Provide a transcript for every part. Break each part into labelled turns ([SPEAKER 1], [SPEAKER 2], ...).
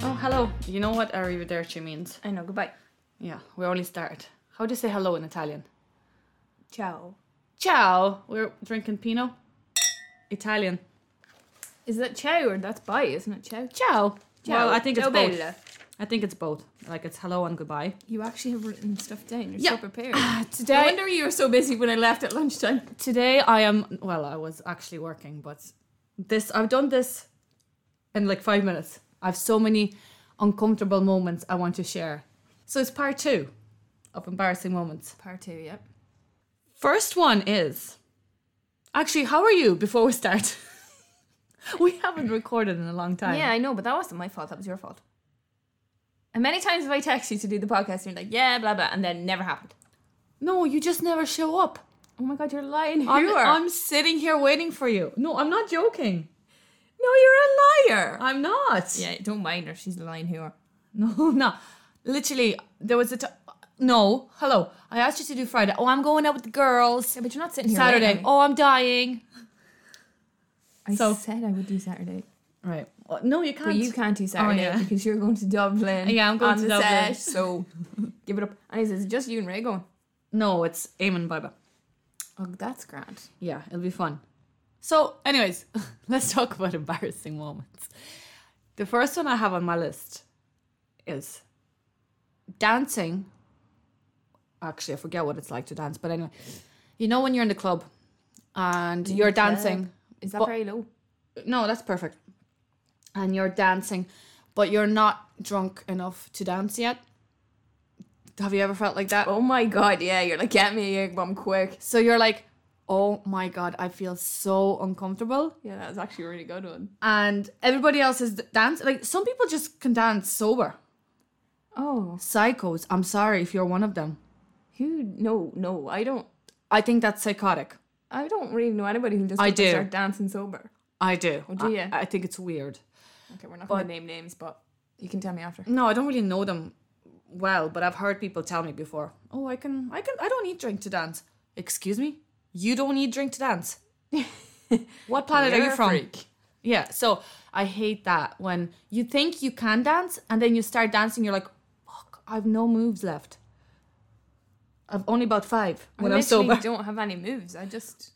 [SPEAKER 1] Oh, Hello. You know what arrivederci means?
[SPEAKER 2] I know. Goodbye.
[SPEAKER 1] Yeah, we only started. How do you say hello in Italian?
[SPEAKER 2] Ciao.
[SPEAKER 1] Ciao. We're drinking Pinot. Italian.
[SPEAKER 2] Is that ciao or that's bye? Isn't it ciao?
[SPEAKER 1] Ciao. Well, I think it's
[SPEAKER 2] Ciao
[SPEAKER 1] both.
[SPEAKER 2] bella.
[SPEAKER 1] I think it's both. Like it's hello and goodbye.
[SPEAKER 2] You actually have written stuff down. You're
[SPEAKER 1] Yeah.
[SPEAKER 2] so prepared. No
[SPEAKER 1] Today,
[SPEAKER 2] wonder you were so busy when I left at lunchtime.
[SPEAKER 1] today I am. Well, I was actually working, but this I've done this in like five minutes. I have so many uncomfortable moments I want to share. So it's part two of embarrassing moments.
[SPEAKER 2] Part two, yep.
[SPEAKER 1] First one is actually, how are you before we start? we haven't recorded in a long time.
[SPEAKER 2] Yeah, I know, but that wasn't my fault. That was your fault. And many times have I texted you to do the podcast and you're like, yeah, blah, blah, and then it never happened.
[SPEAKER 1] No, you just never show up.
[SPEAKER 2] Oh my God, you're lying. You
[SPEAKER 1] I'm,
[SPEAKER 2] are.
[SPEAKER 1] I'm sitting here waiting for you. No, I'm not joking.
[SPEAKER 2] no, you're a liar.
[SPEAKER 1] I'm not.
[SPEAKER 2] yeah, don't mind her. She's a lying whore.
[SPEAKER 1] No, no. Literally, there was a t- no. Hello, I asked you to do Friday. Oh, I'm going out with the girls.
[SPEAKER 2] Yeah, but you're not sitting here.
[SPEAKER 1] Saturday.
[SPEAKER 2] waiting on me.
[SPEAKER 1] Oh, I'm dying.
[SPEAKER 2] I
[SPEAKER 1] so-
[SPEAKER 2] said I would do Saturday.
[SPEAKER 1] Right. Well, Oh, No, you can't.
[SPEAKER 2] But you can't do Saturday
[SPEAKER 1] Oh, yeah.
[SPEAKER 2] because you're going to Dublin.
[SPEAKER 1] Yeah, I'm going
[SPEAKER 2] on
[SPEAKER 1] to
[SPEAKER 2] the
[SPEAKER 1] Dublin.
[SPEAKER 2] Sesh, so give it up. And he says, just you and Ray going.
[SPEAKER 1] No, it's Eamon and Baba.
[SPEAKER 2] Oh, that's grand.
[SPEAKER 1] Yeah, it'll be fun. So, anyways, let's talk about embarrassing moments. The first one I have on my list is dancing. Actually, I forget what it's like to dance, but anyway, you know when you're in the club and
[SPEAKER 2] In
[SPEAKER 1] you're
[SPEAKER 2] the club.
[SPEAKER 1] dancing.
[SPEAKER 2] Is that
[SPEAKER 1] But-
[SPEAKER 2] very low?
[SPEAKER 1] No, that's perfect. And you're dancing, but you're not drunk enough to dance yet. Have you ever felt like that?
[SPEAKER 2] Oh my God, yeah. You're like, get me a egg bomb quick.
[SPEAKER 1] So you're like, oh my god, I feel so uncomfortable.
[SPEAKER 2] Yeah, that was actually a really good one.
[SPEAKER 1] And everybody else is dance. Like some people just can dance sober.
[SPEAKER 2] Oh,
[SPEAKER 1] Psychos. I'm sorry if you're one of them.
[SPEAKER 2] who? No, no, I don't.
[SPEAKER 1] I think that's psychotic.
[SPEAKER 2] I don't really know anybody who just
[SPEAKER 1] I
[SPEAKER 2] up and
[SPEAKER 1] do.
[SPEAKER 2] start dancing sober.
[SPEAKER 1] I Oh, do.
[SPEAKER 2] do
[SPEAKER 1] I-
[SPEAKER 2] ya?
[SPEAKER 1] I, think it's weird.
[SPEAKER 2] Okay, we're not going to name names, but you can tell me after.
[SPEAKER 1] No, I don't really know them well, but I've heard people tell me before. Oh, I can, I can, I don't need drink to dance. Excuse me, you don't need drink to dance. what planet are
[SPEAKER 2] You're
[SPEAKER 1] you
[SPEAKER 2] a
[SPEAKER 1] from?
[SPEAKER 2] freak.
[SPEAKER 1] Yeah, so I hate that when you think you can dance and then you start dancing, you're like, fuck, I've no moves left. I've only about five when
[SPEAKER 2] I
[SPEAKER 1] I'm
[SPEAKER 2] literally
[SPEAKER 1] sober.
[SPEAKER 2] don't have any moves. I just.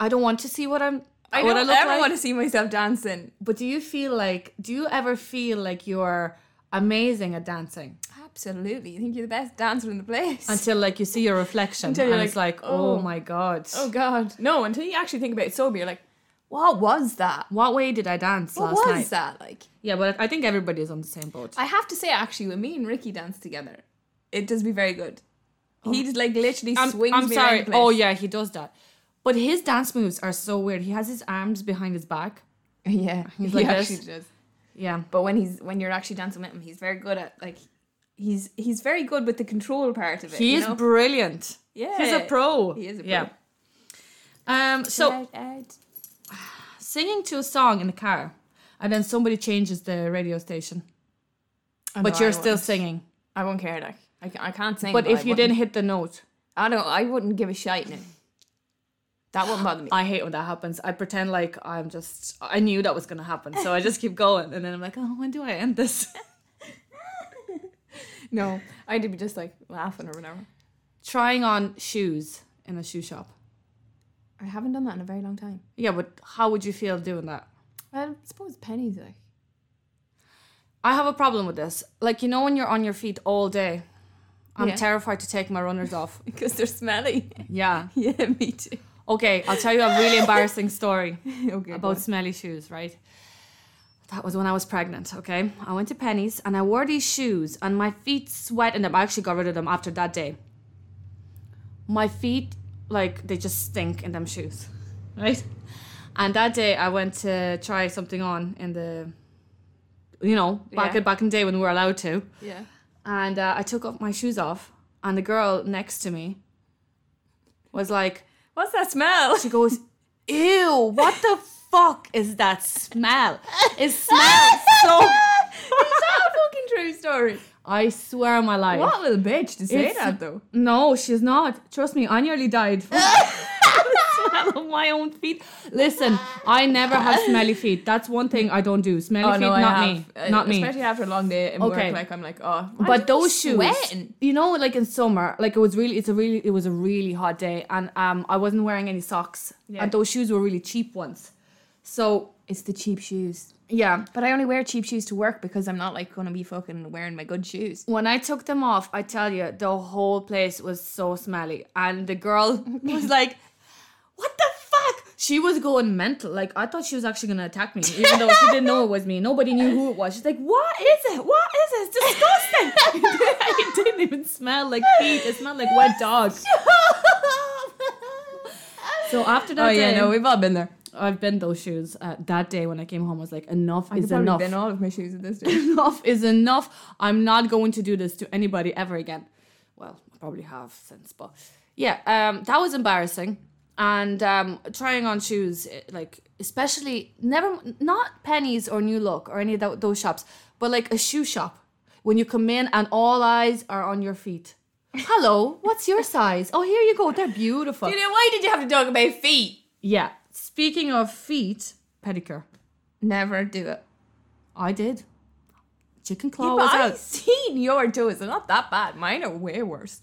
[SPEAKER 1] I don't want to see what I'm.
[SPEAKER 2] I
[SPEAKER 1] what
[SPEAKER 2] don't
[SPEAKER 1] I look
[SPEAKER 2] ever
[SPEAKER 1] like.
[SPEAKER 2] want to see myself dancing.
[SPEAKER 1] But do you feel like? Do you ever feel like you're amazing at dancing?
[SPEAKER 2] Absolutely. You think you're the best dancer in the place.
[SPEAKER 1] until like you see your reflection
[SPEAKER 2] Until you're
[SPEAKER 1] and it's like
[SPEAKER 2] like,
[SPEAKER 1] oh,
[SPEAKER 2] oh.
[SPEAKER 1] my god
[SPEAKER 2] oh, God. No, until you actually think about it sober, you're like, what was that?
[SPEAKER 1] what way did i dance
[SPEAKER 2] What
[SPEAKER 1] last
[SPEAKER 2] was
[SPEAKER 1] night
[SPEAKER 2] that? Like,
[SPEAKER 1] yeah but i think everybody is on the same boat
[SPEAKER 2] I have to say, actually, when me and Ricky dance together, it does be very good. He just like literally
[SPEAKER 1] i'm,
[SPEAKER 2] swings
[SPEAKER 1] I'm
[SPEAKER 2] me around
[SPEAKER 1] sorry
[SPEAKER 2] the place.
[SPEAKER 1] oh yeah he does that but his dance moves are so weird he has his arms behind his back
[SPEAKER 2] yeah, he's
[SPEAKER 1] like
[SPEAKER 2] like
[SPEAKER 1] this.
[SPEAKER 2] actually does.
[SPEAKER 1] yeah
[SPEAKER 2] But when he's when you're actually dancing with him, he's very good at like he's he's very good with the control part of it.
[SPEAKER 1] he
[SPEAKER 2] you
[SPEAKER 1] is
[SPEAKER 2] know?
[SPEAKER 1] brilliant
[SPEAKER 2] yeah.
[SPEAKER 1] he's a pro
[SPEAKER 2] He is a pro.
[SPEAKER 1] yeah um so
[SPEAKER 2] Shout out.
[SPEAKER 1] singing to a song in the car and then somebody changes the radio station
[SPEAKER 2] Oh,
[SPEAKER 1] but
[SPEAKER 2] no,
[SPEAKER 1] you're
[SPEAKER 2] I
[SPEAKER 1] still
[SPEAKER 2] wouldn't.
[SPEAKER 1] singing
[SPEAKER 2] I won't care. Like I, ca- I can't sing.
[SPEAKER 1] but if
[SPEAKER 2] I
[SPEAKER 1] you
[SPEAKER 2] wouldn't-
[SPEAKER 1] didn't hit the note
[SPEAKER 2] I don't. I wouldn't give a shite. No. That wouldn't bother me.
[SPEAKER 1] I hate when that happens. I pretend like I'm just I knew that was gonna happen, so I just keep going, and then I'm like, oh, when do I end this?
[SPEAKER 2] no, I'd be just like laughing or whatever.
[SPEAKER 1] Trying on shoes in a shoe shop.
[SPEAKER 2] I haven't done that in a very long time.
[SPEAKER 1] Yeah, but how would you feel doing that?
[SPEAKER 2] I suppose pennies like.
[SPEAKER 1] I have a problem with this. Like you know when you're on your feet all day, I'm
[SPEAKER 2] Yeah.
[SPEAKER 1] terrified to take my runners off.
[SPEAKER 2] Because they're smelly.
[SPEAKER 1] yeah.
[SPEAKER 2] yeah, me too.
[SPEAKER 1] Okay, I'll tell you a really embarrassing story.
[SPEAKER 2] Okay.
[SPEAKER 1] about smelly shoes, right? That was when I was pregnant, okay? I went to Penny's and I wore these shoes and my feet sweat in them. I actually got rid of them after that day. My feet, like, they just stink in them shoes, right? And that day I went to try something on in the, you know, back,
[SPEAKER 2] Yeah.
[SPEAKER 1] back in the day when we were allowed to.
[SPEAKER 2] yeah.
[SPEAKER 1] And uh, I took off my shoes off and the girl next to me was like,
[SPEAKER 2] What's that smell?
[SPEAKER 1] she goes, Ew, what the fuck is that smell? It smells so.
[SPEAKER 2] Oh, It's not a fucking true story.
[SPEAKER 1] I swear on my life.
[SPEAKER 2] What little bitch to say
[SPEAKER 1] It's-
[SPEAKER 2] that though?
[SPEAKER 1] No, she's not. Trust me, I nearly died. From smell of my own feet. Listen, I never have smelly feet. That's one thing I don't do. Smelly feet,
[SPEAKER 2] I
[SPEAKER 1] not
[SPEAKER 2] have.
[SPEAKER 1] me.
[SPEAKER 2] Uh,
[SPEAKER 1] not me.
[SPEAKER 2] Especially after a long day in
[SPEAKER 1] Okay.
[SPEAKER 2] work, like I'm like, oh. why
[SPEAKER 1] but
[SPEAKER 2] do you
[SPEAKER 1] those shoes,
[SPEAKER 2] sweat?
[SPEAKER 1] you know, like in summer, like it was really, it's a really, it was a really hot day, and um, I wasn't wearing any socks,
[SPEAKER 2] Yeah.
[SPEAKER 1] and those shoes were really cheap ones. So
[SPEAKER 2] It's the cheap shoes.
[SPEAKER 1] yeah,
[SPEAKER 2] But I only wear cheap shoes to work because I'm not like gonna be fucking wearing my good shoes.
[SPEAKER 1] when I took them off, I tell you, the whole place was so smelly, and the girl was like, "What the fuck?" She was going mental. Like I thought she was actually gonna attack me, even though she didn't know it was me. Nobody knew who it was. She's like, "What is it? What is it? It's disgusting!" it didn't even smell like feet. It smelled like wet dog. So after that
[SPEAKER 2] oh yeah,
[SPEAKER 1] day,
[SPEAKER 2] no, we've all been there.
[SPEAKER 1] I've been those shoes. Uh, that day when I came home, I was like, "Enough
[SPEAKER 2] I've
[SPEAKER 1] is
[SPEAKER 2] probably
[SPEAKER 1] enough.
[SPEAKER 2] been all of my shoes at this stage.
[SPEAKER 1] enough is enough. I'm not going to do this to anybody ever again." Well, I probably have since, but yeah, um, that was embarrassing. And um, trying on shoes, eh, like especially never not pennies or New Look or any of tho- those shops, but like a shoe shop when you come in and all eyes are on your feet. Hello, what's your size? Oh, here you go. They're beautiful.
[SPEAKER 2] You know, why did you have to talk about feet?
[SPEAKER 1] Yeah. Speaking of feet, pedicure.
[SPEAKER 2] Never do it. Oh,
[SPEAKER 1] I did. Chicken
[SPEAKER 2] Yeah,
[SPEAKER 1] claw
[SPEAKER 2] but
[SPEAKER 1] was
[SPEAKER 2] I've
[SPEAKER 1] out.
[SPEAKER 2] seen your toes. They're not that bad. Mine are way worse.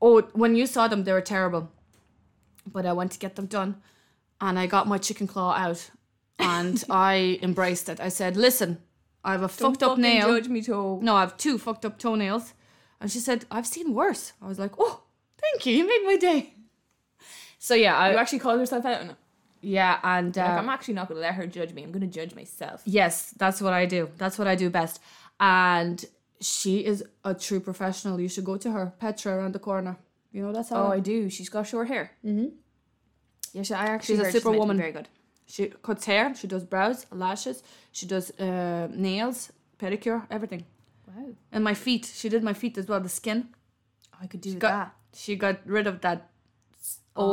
[SPEAKER 1] Oh, when you saw them, they were terrible. But I went to get them done, and I got my chicken claw out, and I embraced it. I said, "Listen, I have a fucked up
[SPEAKER 2] fucking
[SPEAKER 1] nail.
[SPEAKER 2] Judge me toe.
[SPEAKER 1] No, I have two fucked up toenails." And she said, "I've seen worse." I was like, "Oh, thank you. You made my day." So yeah,
[SPEAKER 2] You
[SPEAKER 1] I,
[SPEAKER 2] actually called yourself out. on it.
[SPEAKER 1] yeah, and uh,
[SPEAKER 2] Like, I'm actually not gonna let her judge me. I'm gonna judge myself.
[SPEAKER 1] Yes, that's what I do. That's what I do best. And she is a true professional. You should go to her, Petra, around the corner. You know that's how.
[SPEAKER 2] Oh, I do. She's got short hair. Mm-hmm. Yeah, she, I actually
[SPEAKER 1] She's a
[SPEAKER 2] heard meant to be
[SPEAKER 1] superwoman.
[SPEAKER 2] Very good.
[SPEAKER 1] She cuts hair. She does brows, lashes. She does uh, nails, pedicure, everything.
[SPEAKER 2] Wow.
[SPEAKER 1] And my feet. She did my feet as well. The skin.
[SPEAKER 2] I could do
[SPEAKER 1] Got,
[SPEAKER 2] that.
[SPEAKER 1] She got rid of that
[SPEAKER 2] oh,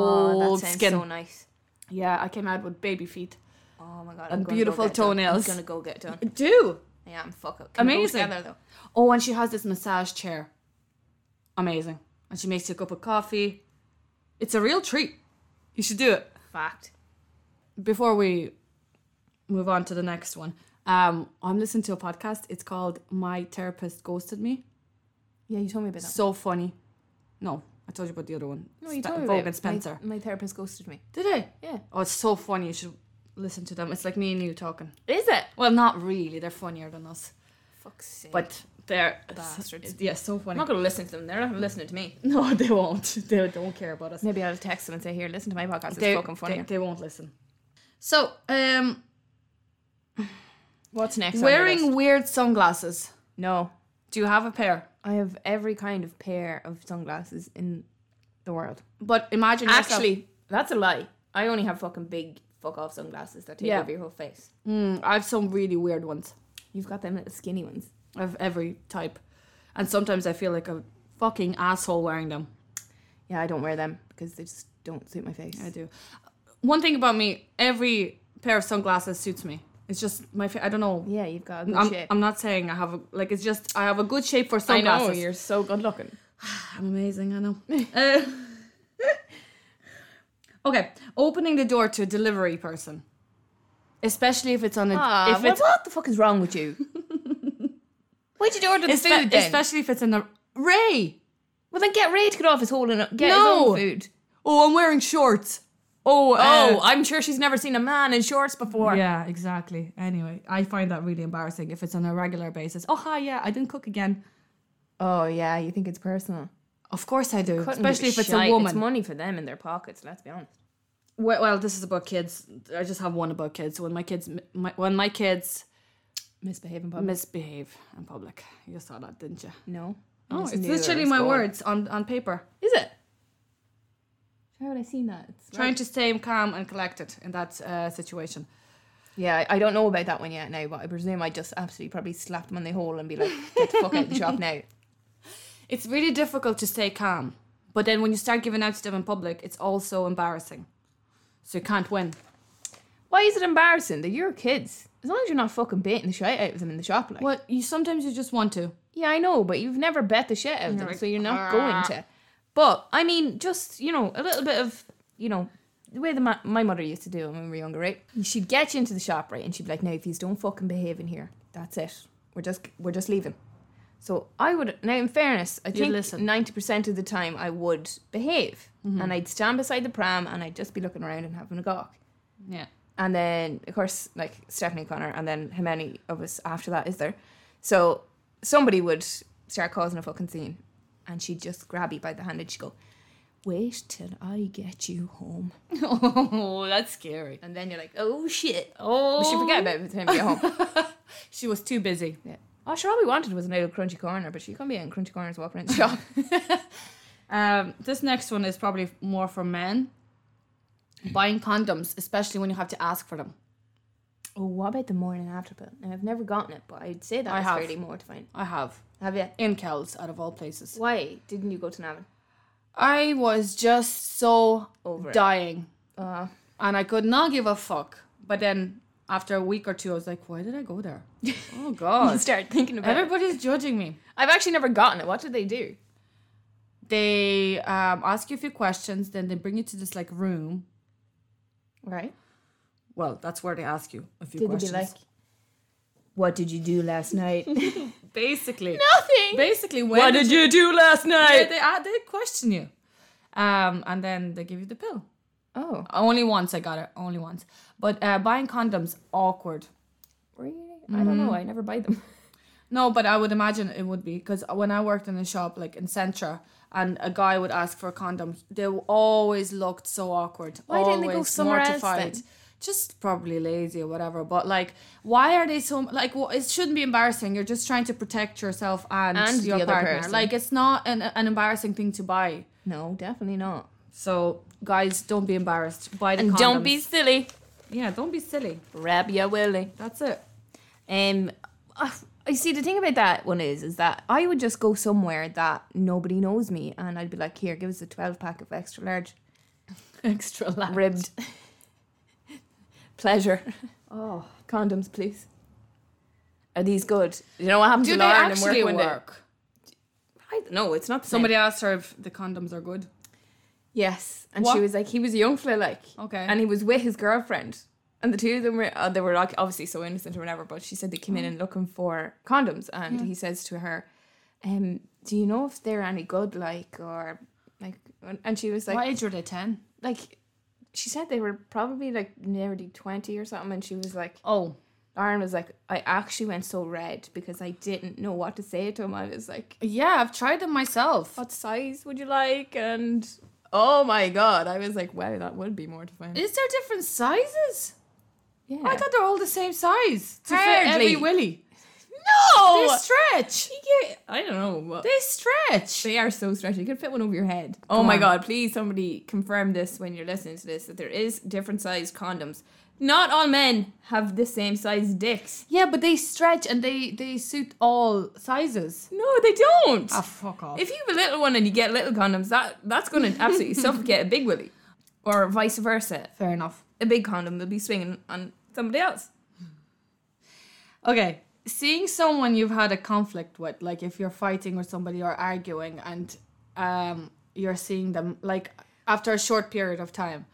[SPEAKER 1] old
[SPEAKER 2] that sounds
[SPEAKER 1] skin.
[SPEAKER 2] so nice.
[SPEAKER 1] yeah, I came out with baby feet.
[SPEAKER 2] Oh my god.
[SPEAKER 1] And
[SPEAKER 2] I'm gonna
[SPEAKER 1] beautiful
[SPEAKER 2] go get it done.
[SPEAKER 1] toenails.
[SPEAKER 2] I'm gonna go get it done.
[SPEAKER 1] Do.
[SPEAKER 2] Yeah, I'm fuck up. Can we go
[SPEAKER 1] Amazing.
[SPEAKER 2] together, though.
[SPEAKER 1] Oh, and she has this massage chair. Amazing. And she makes you a cup of coffee. It's a real treat. You should do it.
[SPEAKER 2] Fact.
[SPEAKER 1] before we move on to the next one, um, I'm listening to a podcast. It's called My Therapist Ghosted Me.
[SPEAKER 2] Yeah, you told me about that.
[SPEAKER 1] So funny. No, I told you about the other one.
[SPEAKER 2] No, you
[SPEAKER 1] Spe-
[SPEAKER 2] told me
[SPEAKER 1] Vogue
[SPEAKER 2] about
[SPEAKER 1] and
[SPEAKER 2] it. My-
[SPEAKER 1] Spencer.
[SPEAKER 2] My, therapist ghosted me.
[SPEAKER 1] Did I?
[SPEAKER 2] Yeah.
[SPEAKER 1] Oh, it's so funny. You should listen to them. It's like me and you talking.
[SPEAKER 2] Is it?
[SPEAKER 1] Well, not really. They're funnier than us.
[SPEAKER 2] Fuck's sake.
[SPEAKER 1] But they're.
[SPEAKER 2] Bastards.
[SPEAKER 1] Yeah, so funny.
[SPEAKER 2] I'm not gonna listen to them. They're not listening to me.
[SPEAKER 1] No, they won't. They don't care about us.
[SPEAKER 2] Maybe I'll text them and say, "Here, listen to my podcast. It's
[SPEAKER 1] They,
[SPEAKER 2] fucking funny."
[SPEAKER 1] they, they won't listen. So, um,
[SPEAKER 2] What's next? on the list?
[SPEAKER 1] wearing weird sunglasses.
[SPEAKER 2] no.
[SPEAKER 1] Do you have a pair?
[SPEAKER 2] I have every kind of pair of sunglasses in the world.
[SPEAKER 1] But imagine yourself-
[SPEAKER 2] Actually, that's a lie. I only have fucking big fuck off sunglasses that take
[SPEAKER 1] Yeah.
[SPEAKER 2] over your whole face.
[SPEAKER 1] Mm, I have some really weird ones
[SPEAKER 2] You've got them little skinny ones.
[SPEAKER 1] of every type. And sometimes I feel like a fucking asshole wearing them.
[SPEAKER 2] Yeah, I don't wear them because they just don't suit my face.
[SPEAKER 1] I do. One thing about me, every pair of sunglasses suits me. It's just my fa- I don't know.
[SPEAKER 2] yeah, you've got a good
[SPEAKER 1] I'm,
[SPEAKER 2] shape.
[SPEAKER 1] I'm not saying I have a like it's just I have a good shape for
[SPEAKER 2] I
[SPEAKER 1] sunglasses.
[SPEAKER 2] know you're so good looking.
[SPEAKER 1] I'm amazing, I know. Uh, okay, opening the door to a delivery person. Especially if it's on a if
[SPEAKER 2] Ah, what,
[SPEAKER 1] it's
[SPEAKER 2] what the fuck is wrong with you? Why'd you order the
[SPEAKER 1] espe-
[SPEAKER 2] food then?
[SPEAKER 1] especially if it's in a Ray.
[SPEAKER 2] well, then get Ray to get off his hole and get
[SPEAKER 1] No.
[SPEAKER 2] his own food.
[SPEAKER 1] Oh, I'm wearing shorts. Oh,
[SPEAKER 2] Oh, I'm sure she's never seen a man in shorts before.
[SPEAKER 1] Yeah, exactly. Anyway, I find that really embarrassing if it's on a regular basis. Oh, hi, yeah, I didn't cook again.
[SPEAKER 2] Oh yeah, you think it's personal?
[SPEAKER 1] Of course I do,
[SPEAKER 2] Couldn't
[SPEAKER 1] especially if
[SPEAKER 2] give
[SPEAKER 1] it's
[SPEAKER 2] shite.
[SPEAKER 1] a woman.
[SPEAKER 2] It's money for them in their pockets. Let's be honest.
[SPEAKER 1] well, well, this is about kids. I just have one about kids. When my kids, my, when my kids
[SPEAKER 2] Misbehaving public.
[SPEAKER 1] misbehave in public, you saw that, didn't you?
[SPEAKER 2] no.
[SPEAKER 1] Oh, it's literally my words on on paper.
[SPEAKER 2] Is it? How would I seen that? It's
[SPEAKER 1] Trying to stay calm and collected in that uh, situation.
[SPEAKER 2] Yeah, I I don't know about that one yet now, but I presume I just absolutely probably slapped them on the hole and be like, get the fuck out of the shop now.
[SPEAKER 1] It's really difficult to stay calm, but then when you start giving out to them in public, it's also embarrassing. So you can't win.
[SPEAKER 2] Why is it embarrassing? They're your kids. As long as you're not fucking baiting the shit out of them in the shop, like.
[SPEAKER 1] Well, you sometimes you just want to.
[SPEAKER 2] Yeah, I know, but you've never bet the shit out of them,
[SPEAKER 1] like,
[SPEAKER 2] so you're not going to. But I mean, just you know, a little bit of you know, the way that my, my mother used to do it when we were younger, right? She'd get you into the shop, right, and she'd be like, "Now, if you don't fucking behave in here, that's it. We're just we're just leaving." So I would now, in fairness, I think
[SPEAKER 1] listen.
[SPEAKER 2] ninety percent of the time I would behave, and I'd stand beside the pram and I'd just be looking around and having a gawk.
[SPEAKER 1] Yeah.
[SPEAKER 2] And then, of course, like Stephanie Connor, and then how many of us after that is there? So somebody would start causing a fucking scene, and she'd just grab you by the hand and she'd go, "Wait till I get you home."
[SPEAKER 1] oh, that's scary.
[SPEAKER 2] And then you're like, "Oh shit!"
[SPEAKER 1] Oh,
[SPEAKER 2] But she forget about it by the time you get home.
[SPEAKER 1] She was too busy.
[SPEAKER 2] yeah. Oh, sure. All we wanted was an idle crunchy corner, but she couldn't be in crunchy corners walking around the shop.
[SPEAKER 1] Um, this next one is probably more for men. Buying condoms, especially when you have to ask for them.
[SPEAKER 2] oh, what about the morning after pill? Now I've never gotten it, but I'd say
[SPEAKER 1] I
[SPEAKER 2] that's
[SPEAKER 1] have.
[SPEAKER 2] fairly mortifying.
[SPEAKER 1] I have
[SPEAKER 2] Have you?
[SPEAKER 1] in Kells, out of all places.
[SPEAKER 2] Why didn't you go to Navan?
[SPEAKER 1] I was just so
[SPEAKER 2] Over it.
[SPEAKER 1] dying,
[SPEAKER 2] Uh,
[SPEAKER 1] and I could not give a fuck. But then after a week or two, I was like, "Why did I go there? Oh God!
[SPEAKER 2] start thinking about it.
[SPEAKER 1] Everybody's judging me."
[SPEAKER 2] I've actually never gotten it. What did they do?
[SPEAKER 1] They um, ask you a few questions, then they bring you to this like room.
[SPEAKER 2] Right.
[SPEAKER 1] Well, that's where they ask you a few
[SPEAKER 2] Did they
[SPEAKER 1] questions.
[SPEAKER 2] be like, what did you do last night?
[SPEAKER 1] basically,
[SPEAKER 2] Nothing.
[SPEAKER 1] basically, when
[SPEAKER 2] you do last
[SPEAKER 1] Yeah, they, uh, they question you. Um, and then they give you the pill.
[SPEAKER 2] Oh,
[SPEAKER 1] Only once I got it, only once. But uh, buying condoms, awkward.
[SPEAKER 2] really? I don't know. I never buy them.
[SPEAKER 1] No, but I would imagine it would be because when I worked in a shop like in Centra and a guy would ask for condoms, they always looked so awkward.
[SPEAKER 2] Why didn't they go
[SPEAKER 1] always
[SPEAKER 2] somewhere else
[SPEAKER 1] mortified.
[SPEAKER 2] then?
[SPEAKER 1] Just probably lazy or whatever. But like, why are they so like? wha- it shouldn't be embarrassing. You're just trying to protect yourself and,
[SPEAKER 2] And the
[SPEAKER 1] your
[SPEAKER 2] other
[SPEAKER 1] partner.
[SPEAKER 2] person.
[SPEAKER 1] Like, it's not an, an embarrassing thing to buy.
[SPEAKER 2] No, definitely not.
[SPEAKER 1] So guys, don't be embarrassed. Buy the
[SPEAKER 2] And don't
[SPEAKER 1] condoms.
[SPEAKER 2] be silly.
[SPEAKER 1] yeah, don't be silly.
[SPEAKER 2] Grab your willy.
[SPEAKER 1] That's it.
[SPEAKER 2] Um, uh, I see. The thing about that one is, is that I would just go somewhere that nobody knows me, and I'd be like, "Here, give us a twelve pack of extra large,
[SPEAKER 1] Extra large.
[SPEAKER 2] ribbed, pleasure
[SPEAKER 1] Oh,
[SPEAKER 2] condoms, please." Are these good? You know what happened
[SPEAKER 1] do
[SPEAKER 2] to
[SPEAKER 1] they
[SPEAKER 2] Lauren in
[SPEAKER 1] actually
[SPEAKER 2] work?
[SPEAKER 1] work?
[SPEAKER 2] one day? I don't know. It's not the same.
[SPEAKER 1] Somebody asked her if the condoms are good.
[SPEAKER 2] Yes, and
[SPEAKER 1] What?
[SPEAKER 2] she was like, he was a young fella, like,
[SPEAKER 1] Okay.
[SPEAKER 2] and he was with his girlfriend, and the two of them were, uh, they were like, obviously so innocent or whatever. But she said they came in
[SPEAKER 1] Oh.
[SPEAKER 2] and looking for condoms, and he says to her, um, "Do you know if they're any good, like, or like?" And she was like,
[SPEAKER 1] what age were they? Ten.
[SPEAKER 2] like, she said they were probably like nearly twenty or something, and she was like,
[SPEAKER 1] Oh,
[SPEAKER 2] Lauren was like, I actually went so red because I didn't know what to say to him. I was like,
[SPEAKER 1] yeah, I've tried them myself.
[SPEAKER 2] what size would you like? And oh my god, I was like, wow, that would be mortifying.
[SPEAKER 1] Is there different sizes?
[SPEAKER 2] yeah.
[SPEAKER 1] I thought they're all the same size to fit
[SPEAKER 2] Hardly.
[SPEAKER 1] every willy.
[SPEAKER 2] no!
[SPEAKER 1] They stretch.
[SPEAKER 2] I don't know. What-
[SPEAKER 1] They stretch.
[SPEAKER 2] they are so stretchy. You could fit one over your head. oh
[SPEAKER 1] Come
[SPEAKER 2] my
[SPEAKER 1] on.
[SPEAKER 2] god, please somebody confirm this when you're listening to this that there is different size condoms. Not all men have the same size dicks.
[SPEAKER 1] yeah, but they stretch and they they suit all sizes.
[SPEAKER 2] No, they don't.
[SPEAKER 1] Ah, fuck off.
[SPEAKER 2] If you have a little one and you get little condoms, that that's going to absolutely suffocate a big willy. Or vice versa.
[SPEAKER 1] Fair enough.
[SPEAKER 2] A big condom will be swinging on somebody else.
[SPEAKER 1] Okay. Seeing someone you've had a conflict with, like if you're fighting with somebody or arguing and um, you're seeing them like after a short period of time,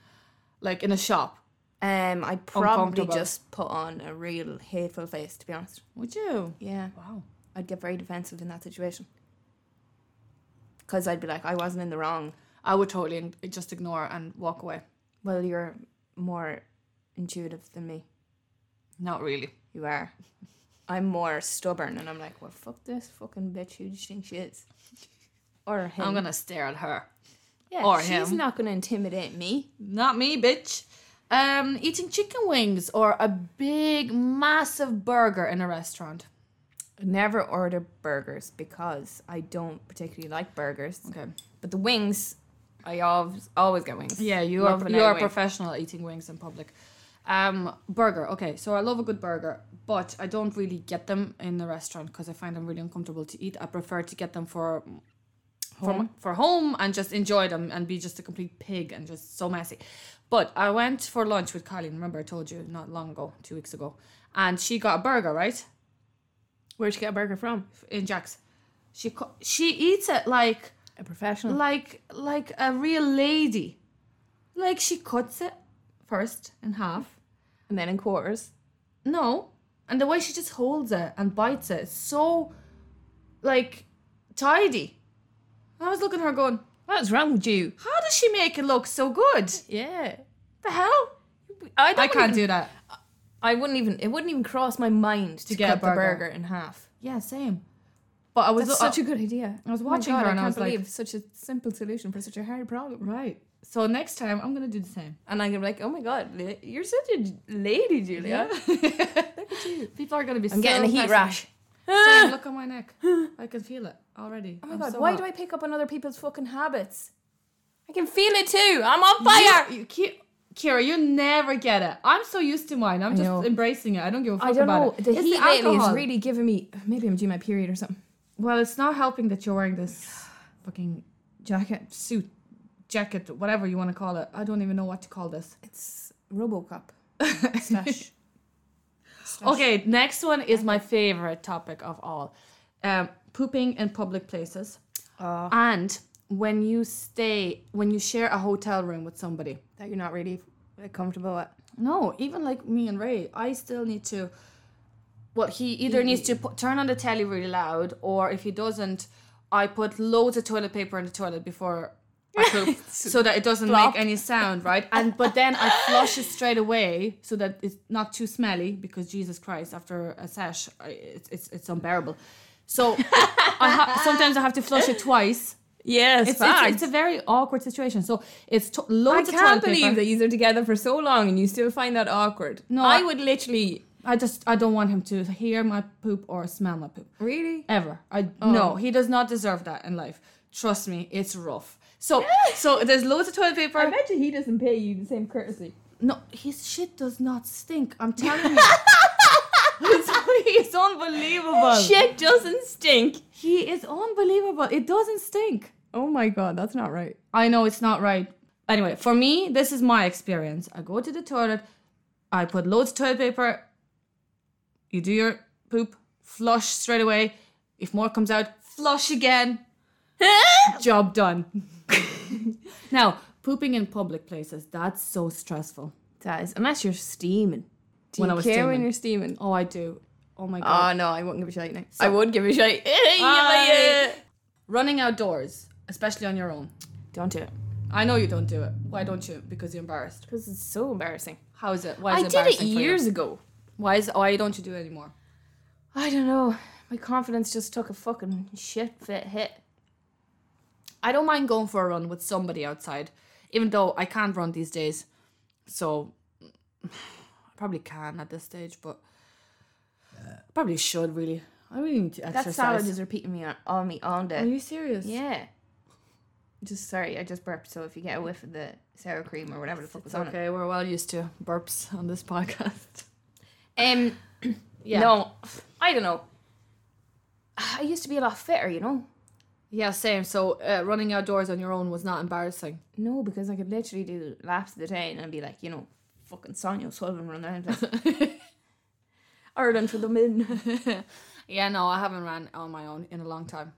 [SPEAKER 1] like in a shop.
[SPEAKER 2] Um, I'd probably
[SPEAKER 1] Uncomfortable.
[SPEAKER 2] just put on a real hateful face, to be honest.
[SPEAKER 1] Would you?
[SPEAKER 2] Yeah,
[SPEAKER 1] Wow.
[SPEAKER 2] I'd get very defensive in that situation. Because I'd be like, I wasn't in the wrong.
[SPEAKER 1] I would totally in- just ignore and walk away.
[SPEAKER 2] Well, you're more intuitive than me.
[SPEAKER 1] Not really.
[SPEAKER 2] You are. I'm more stubborn, and I'm like, well, fuck this fucking bitch. Who do you think she is? Or him.
[SPEAKER 1] I'm gonna stare at her.
[SPEAKER 2] yeah,
[SPEAKER 1] or
[SPEAKER 2] she's
[SPEAKER 1] him.
[SPEAKER 2] not going to intimidate me.
[SPEAKER 1] Not me, bitch. Um, eating chicken wings or a big, massive burger in a restaurant.
[SPEAKER 2] I never order burgers because I don't particularly like burgers.
[SPEAKER 1] Okay.
[SPEAKER 2] But the wings, I always, always get wings.
[SPEAKER 1] Yeah, you
[SPEAKER 2] Love
[SPEAKER 1] are
[SPEAKER 2] an
[SPEAKER 1] you
[SPEAKER 2] eye
[SPEAKER 1] are a
[SPEAKER 2] wing.
[SPEAKER 1] professional at eating wings in public. Um, burger. Okay, so I love a good burger, but I don't really get them in the restaurant because I find them really uncomfortable to eat. I prefer to get them for for, for home and just enjoy them and be just a complete pig and just so messy. But I went for lunch with Colleen. Remember, I told you not long ago, two weeks ago, and she got a burger right
[SPEAKER 2] Where'd you get a burger from?
[SPEAKER 1] in Jack's. She co- she eats it like
[SPEAKER 2] Hmm. A professional.
[SPEAKER 1] like like a real lady. Like she cuts it first in half.
[SPEAKER 2] and then in quarters.
[SPEAKER 1] No. And the way she just holds it and bites it is so like tidy. I was looking at her going,
[SPEAKER 2] What's wrong with you?
[SPEAKER 1] How does she make it look so good?
[SPEAKER 2] Yeah.
[SPEAKER 1] The hell?
[SPEAKER 2] I,
[SPEAKER 1] I can't do that.
[SPEAKER 2] I wouldn't even. It wouldn't even cross my mind to,
[SPEAKER 1] get
[SPEAKER 2] cut
[SPEAKER 1] a burger.
[SPEAKER 2] the burger in half.
[SPEAKER 1] Yeah, same. But I was
[SPEAKER 2] That's
[SPEAKER 1] lo-
[SPEAKER 2] such a good idea. I
[SPEAKER 1] was watching her and I was like-
[SPEAKER 2] such a simple solution for such a hard problem.
[SPEAKER 1] right. So next time I'm gonna do the same.
[SPEAKER 2] And I'm like, oh my god, li- you're such a j- lady, Julia.
[SPEAKER 1] People are gonna be.
[SPEAKER 2] I'm getting a heat rash.
[SPEAKER 1] Same, look on my neck. I can feel it already.
[SPEAKER 2] Oh my god, why do I pick up on other people's fucking habits? I can feel it too. I'm on fire.
[SPEAKER 1] You, you keep. Kira, you never get it. I'm so used to mine. I'm just
[SPEAKER 2] know.
[SPEAKER 1] embracing it. I don't give a fuck
[SPEAKER 2] I don't
[SPEAKER 1] about
[SPEAKER 2] know.
[SPEAKER 1] it.
[SPEAKER 2] The
[SPEAKER 1] It's
[SPEAKER 2] heat lately is
[SPEAKER 1] alcohol.
[SPEAKER 2] really giving me. Maybe I'm due my period or something.
[SPEAKER 1] Well, it's not helping that you're wearing this fucking
[SPEAKER 2] Jacket.
[SPEAKER 1] suit, jacket, whatever you want to call it. I don't even know what to call this.
[SPEAKER 2] It's RoboCop. Slash. Slash.
[SPEAKER 1] Okay, next one is my favorite topic of all um, pooping in public places.
[SPEAKER 2] Uh,
[SPEAKER 1] And when you stay, when you share a hotel room with somebody.
[SPEAKER 2] that you're not really like, comfortable at.
[SPEAKER 1] No, even like me and Ray, I still need to. Well, he either needs to put, turn on the telly really loud, or if he doesn't, I put loads of toilet paper in the toilet before I poop, so that it doesn't
[SPEAKER 2] Plop.
[SPEAKER 1] make any sound, right? And but then I flush it straight away so that it's not too smelly, because Jesus Christ, after a sash, I, it's it's, it's unbearable. So I ha- sometimes I have to flush it twice.
[SPEAKER 2] Yes,
[SPEAKER 1] It's, it's, it's a very awkward situation. So it's to-
[SPEAKER 2] I
[SPEAKER 1] loads of
[SPEAKER 2] can't
[SPEAKER 1] toilet paper.
[SPEAKER 2] believe that you are together for so long and you still find that awkward.
[SPEAKER 1] No,
[SPEAKER 2] I,
[SPEAKER 1] I-
[SPEAKER 2] would literally
[SPEAKER 1] I just I don't want him to hear my poop or smell my poop
[SPEAKER 2] really.
[SPEAKER 1] ever. I
[SPEAKER 2] Oh.
[SPEAKER 1] no, he does not deserve that in life. Trust me, it's rough. So so there's loads of toilet paper.
[SPEAKER 2] bet you he doesn't pay you the same courtesy.
[SPEAKER 1] No, his shit does not stink. I'm telling you. It's, it's unbelievable.
[SPEAKER 2] Oh. Shit doesn't stink.
[SPEAKER 1] He is unbelievable. It doesn't stink.
[SPEAKER 2] Oh my god, that's not right.
[SPEAKER 1] I know it's not right. Anyway, for me, this is my experience. I go to the toilet, I put loads of toilet paper, you do your poop, flush straight away. If more comes out, flush again. Job done. now, pooping in public places, that's so stressful.
[SPEAKER 2] That is unless you're steaming. Do
[SPEAKER 1] When
[SPEAKER 2] you
[SPEAKER 1] I was
[SPEAKER 2] care when
[SPEAKER 1] steaming.
[SPEAKER 2] you're steaming?
[SPEAKER 1] Oh, I do. Oh my god.
[SPEAKER 2] Oh no, I wouldn't give a shite now. I would give a shite. Yeah, yeah, yeah.
[SPEAKER 1] Running outdoors, especially on your own.
[SPEAKER 2] Don't do it
[SPEAKER 1] I know you don't do it. Why don't you? Because you're embarrassed.
[SPEAKER 2] because it's so embarrassing.
[SPEAKER 1] How is it? Why is
[SPEAKER 2] I
[SPEAKER 1] it
[SPEAKER 2] did it
[SPEAKER 1] embarrassing for you?
[SPEAKER 2] years ago.
[SPEAKER 1] Why is why don't you do it anymore?
[SPEAKER 2] I don't know. My confidence just took a fucking shit fit hit.
[SPEAKER 1] I don't mind going for a run with somebody outside, even though I can't run these days. So I probably can at this stage, but probably should really. I really need to
[SPEAKER 2] That
[SPEAKER 1] exercise.
[SPEAKER 2] salad is repeating me on, on me all day.
[SPEAKER 1] Are you serious?
[SPEAKER 2] Yeah. Just sorry, I just burped. So if you get a whiff of the sour cream or whatever the fuck was
[SPEAKER 1] It's
[SPEAKER 2] on
[SPEAKER 1] okay, we're well used to burps on this podcast.
[SPEAKER 2] it. Um,
[SPEAKER 1] Yeah.
[SPEAKER 2] no, I don't know. I used to be a lot fitter, you know.
[SPEAKER 1] Yeah, same. So uh, running outdoors on your own was not embarrassing.
[SPEAKER 2] No, because I could literally do laps of the train and be like, you know, fucking Sonia Sullivan running around like Ireland for the men.
[SPEAKER 1] Yeah, no, I haven't ran on my own in a long time.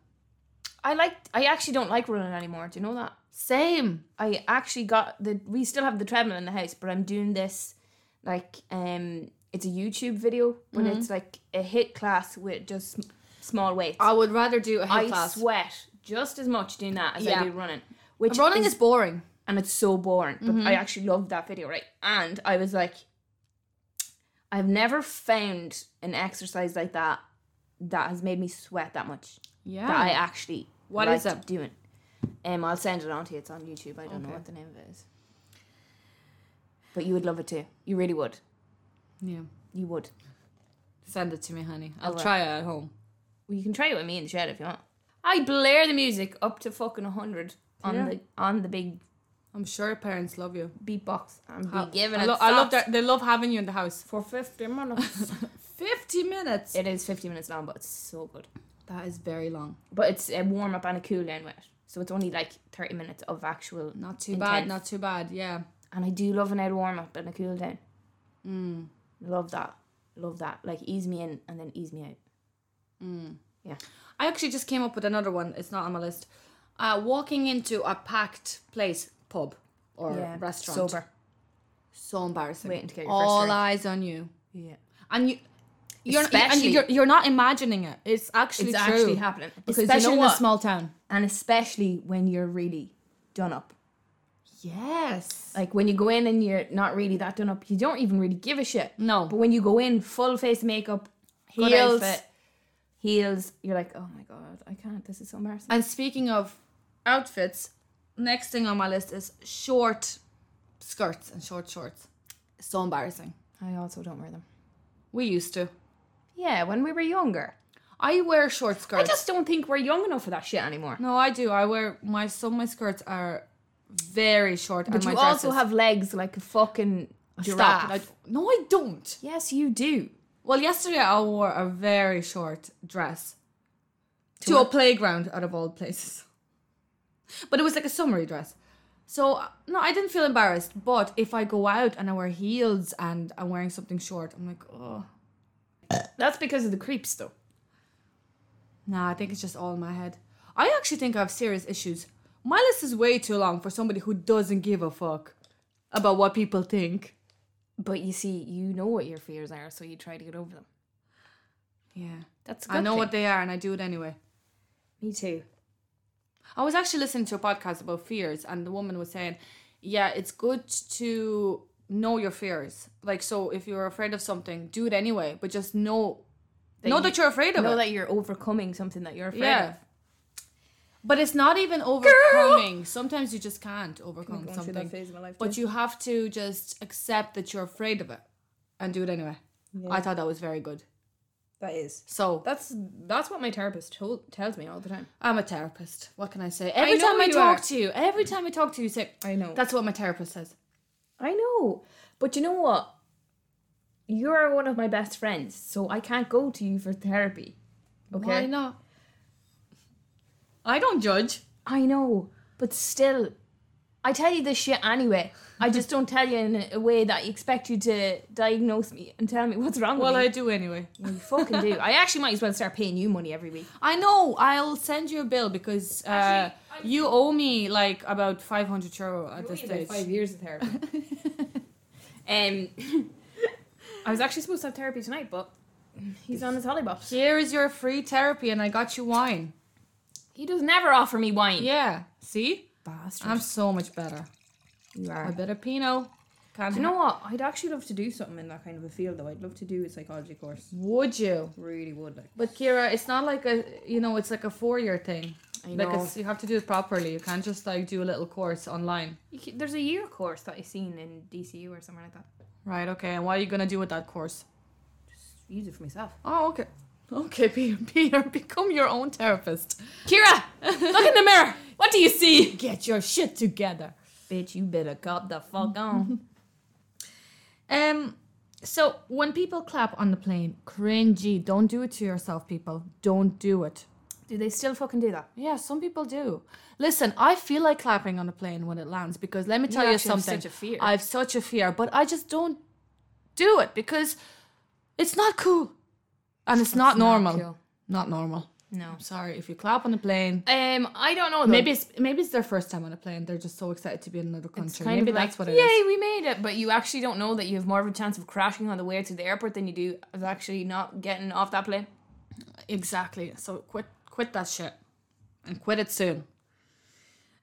[SPEAKER 2] I like. I actually don't like running anymore. Do you know that?
[SPEAKER 1] Same.
[SPEAKER 2] I actually got the we still have the treadmill in the house, but I'm doing this like um it's a YouTube video, but
[SPEAKER 1] Mm-hmm.
[SPEAKER 2] it's like a hit class with just sm- small weights.
[SPEAKER 1] I would rather do a hit
[SPEAKER 2] I
[SPEAKER 1] class.
[SPEAKER 2] sweat just as much doing that as
[SPEAKER 1] Yeah.
[SPEAKER 2] I do running. Which
[SPEAKER 1] running
[SPEAKER 2] is,
[SPEAKER 1] is Mm-hmm. boring.
[SPEAKER 2] and it's so boring, but I actually loved that video, right? And I was like I've never found an exercise like that that has made me sweat that much
[SPEAKER 1] Yeah.
[SPEAKER 2] that I actually
[SPEAKER 1] Ah. What
[SPEAKER 2] what
[SPEAKER 1] is
[SPEAKER 2] is
[SPEAKER 1] it?
[SPEAKER 2] doing. Um, I'll send it on to you. It's on YouTube. I don't know
[SPEAKER 1] Okay.
[SPEAKER 2] what the name of it is. But you would love it too. You really would.
[SPEAKER 1] yeah.
[SPEAKER 2] You would.
[SPEAKER 1] Send it to me, honey. I'll
[SPEAKER 2] will.
[SPEAKER 1] try it at home.
[SPEAKER 2] Well, you can try it with me in the shed if you want. I blare the music up to fucking hundred on
[SPEAKER 1] Yeah.
[SPEAKER 2] the on the big
[SPEAKER 1] I'm sure your parents love you.
[SPEAKER 2] beatbox and
[SPEAKER 1] Uh,
[SPEAKER 2] be giving
[SPEAKER 1] I,
[SPEAKER 2] it.
[SPEAKER 1] lo- I love
[SPEAKER 2] that
[SPEAKER 1] that they love having you in the house.
[SPEAKER 2] for fifty minutes.
[SPEAKER 1] Fifty minutes.
[SPEAKER 2] it is fifty minutes long, but it's so good.
[SPEAKER 1] that is very long.
[SPEAKER 2] But it's a warm up and a cool down wet, so it's only like thirty minutes of actual.
[SPEAKER 1] Not too bad.
[SPEAKER 2] Intense.
[SPEAKER 1] Not too bad. Yeah.
[SPEAKER 2] and I do love an out warm up and a cool down. Mm. Love that. Love that. Like ease me in and then ease me out. Yeah.
[SPEAKER 1] I actually just came up with another one. It's not on my list. Uh, walking into a packed place, pub. or
[SPEAKER 2] yeah.
[SPEAKER 1] restaurant.
[SPEAKER 2] Sober.
[SPEAKER 1] So embarrassing.
[SPEAKER 2] Waiting to get your first
[SPEAKER 1] All
[SPEAKER 2] drink.
[SPEAKER 1] eyes on you.
[SPEAKER 2] Yeah.
[SPEAKER 1] And you you're, and
[SPEAKER 2] Especially-
[SPEAKER 1] you're, you're not imagining it. It's actually
[SPEAKER 2] It's
[SPEAKER 1] true.
[SPEAKER 2] actually happening. Because
[SPEAKER 1] Especially
[SPEAKER 2] you know
[SPEAKER 1] in
[SPEAKER 2] what?
[SPEAKER 1] a small town.
[SPEAKER 2] and especially when you're really done up.
[SPEAKER 1] Yes.
[SPEAKER 2] Like when you go in and you're not really that done up, you don't even really give a shit.
[SPEAKER 1] No.
[SPEAKER 2] But when you go in full face makeup, good
[SPEAKER 1] Heels.
[SPEAKER 2] outfit, heels, you're like, oh my god, I can't. This is so embarrassing.
[SPEAKER 1] And speaking of outfits, next thing on my list is short skirts and short shorts. So embarrassing.
[SPEAKER 2] I also don't wear them.
[SPEAKER 1] We used to.
[SPEAKER 2] Yeah, when we were younger.
[SPEAKER 1] I wear short
[SPEAKER 2] I
[SPEAKER 1] skirts.
[SPEAKER 2] just don't think we're young enough for that shit anymore.
[SPEAKER 1] no, I do. I wear my some of my skirts are very short.
[SPEAKER 2] But
[SPEAKER 1] and my
[SPEAKER 2] you also
[SPEAKER 1] dresses-
[SPEAKER 2] have legs like a fucking giraffe.
[SPEAKER 1] stop. I- no, I don't.
[SPEAKER 2] yes, you do.
[SPEAKER 1] Well, yesterday I wore a very short dress to, a playground out of all places. But it was like a summery dress. So, uh, no, I didn't feel embarrassed. But if I go out and I wear heels and I'm wearing something short, I'm like, oh.
[SPEAKER 2] That's because of the creeps, though.
[SPEAKER 1] Nah, I think it's just all in my head. I actually think I have serious issues. My list is way too long for somebody who doesn't give a fuck about what people think.
[SPEAKER 2] But you see, you know what your fears are, so you try to get over them.
[SPEAKER 1] Yeah.
[SPEAKER 2] That's a good
[SPEAKER 1] I know
[SPEAKER 2] thing.
[SPEAKER 1] what they are and I do it anyway.
[SPEAKER 2] Me too.
[SPEAKER 1] I was actually listening to a podcast about fears, and the woman was saying, "Yeah, it's good to know your fears. Like, so if you're afraid of something, do it anyway, but just know, know
[SPEAKER 2] you-
[SPEAKER 1] that you're afraid of
[SPEAKER 2] know
[SPEAKER 1] it.
[SPEAKER 2] that you're overcoming something that you're afraid
[SPEAKER 1] yeah."
[SPEAKER 2] of.
[SPEAKER 1] But it's not even overcoming. Sometimes you just can't overcome
[SPEAKER 2] going through that
[SPEAKER 1] something.
[SPEAKER 2] phase of my life
[SPEAKER 1] but you have to just accept that you're afraid of it and do it anyway. I thought that was very good.
[SPEAKER 2] That is.
[SPEAKER 1] So
[SPEAKER 2] That's that's what my therapist told, tells me all the time.
[SPEAKER 1] I'm a therapist. What can I say? Every time
[SPEAKER 2] know
[SPEAKER 1] I
[SPEAKER 2] you
[SPEAKER 1] talk
[SPEAKER 2] are.
[SPEAKER 1] to you, every time I talk to you, you say,
[SPEAKER 2] I know.
[SPEAKER 1] That's what my therapist says.
[SPEAKER 2] I know. But you know what? You're one of my best friends, so I can't go to you for therapy. Okay.
[SPEAKER 1] Why not? I don't judge.
[SPEAKER 2] I know, but still, I tell you this shit anyway. I just don't tell you in a way that you expect you to diagnose me and tell me what's wrong
[SPEAKER 1] Well,
[SPEAKER 2] with me.
[SPEAKER 1] I do anyway.
[SPEAKER 2] Well, you fucking do. I actually might as well start paying you money every week.
[SPEAKER 1] I know. I'll send you a bill because uh,
[SPEAKER 2] Actually,
[SPEAKER 1] you owe me like about 500 euro at this
[SPEAKER 2] Probably
[SPEAKER 1] stage.
[SPEAKER 2] about five years of therapy. um, I was actually supposed to have therapy tonight, but he's on his hollybox.
[SPEAKER 1] Here is your free therapy, and I got you wine.
[SPEAKER 2] He does never offer me wine.
[SPEAKER 1] Yeah. See?
[SPEAKER 2] Bastard.
[SPEAKER 1] I'm so much better.
[SPEAKER 2] you
[SPEAKER 1] A
[SPEAKER 2] are.
[SPEAKER 1] bit of Pinot. Can't
[SPEAKER 2] You know what? I'd actually love to do something in that kind of a field, though. I'd love to do a psychology course.
[SPEAKER 1] Would you?
[SPEAKER 2] Really would like.
[SPEAKER 1] But Kira, it's not like a you know, it's like a four-year thing.
[SPEAKER 2] I
[SPEAKER 1] Like it's, you have to do it properly. You can't just like do a little course online.
[SPEAKER 2] You c- There's a year course that I've seen in DCU or somewhere like that.
[SPEAKER 1] Right. Okay. And what are you gonna do with that course?
[SPEAKER 2] Use it for myself.
[SPEAKER 1] Oh, okay. Okay, Peter, Peter, become your own therapist.
[SPEAKER 2] Kira, look in the mirror. What do you see?
[SPEAKER 1] Get your shit together.
[SPEAKER 2] Bitch, you better cop the fuck on.
[SPEAKER 1] Um, so when people clap on the plane, cringy. Don't do it to yourself, people. Don't do it.
[SPEAKER 2] do they still fucking do that?
[SPEAKER 1] Yeah, some people do. Listen, I feel like clapping on a plane when it lands because let me tell you,
[SPEAKER 2] actually have
[SPEAKER 1] something.
[SPEAKER 2] such a fear.
[SPEAKER 1] I have such a fear, but I just don't do it because it's not cool, and it's, not, normal.
[SPEAKER 2] cool.
[SPEAKER 1] Not normal.
[SPEAKER 2] No.
[SPEAKER 1] I'm sorry if you clap on a plane.
[SPEAKER 2] Um, I don't know. Though.
[SPEAKER 1] Maybe it's maybe it's their first time on a plane. They're just so excited to be in another country.
[SPEAKER 2] It's kind
[SPEAKER 1] maybe
[SPEAKER 2] of
[SPEAKER 1] that's
[SPEAKER 2] like,
[SPEAKER 1] what it is.
[SPEAKER 2] Yay, we made it! But you actually don't know that you have more of a chance of crashing on the way to the airport than you do of actually not getting off that plane.
[SPEAKER 1] Exactly. So quit quit that shit. And quit it soon.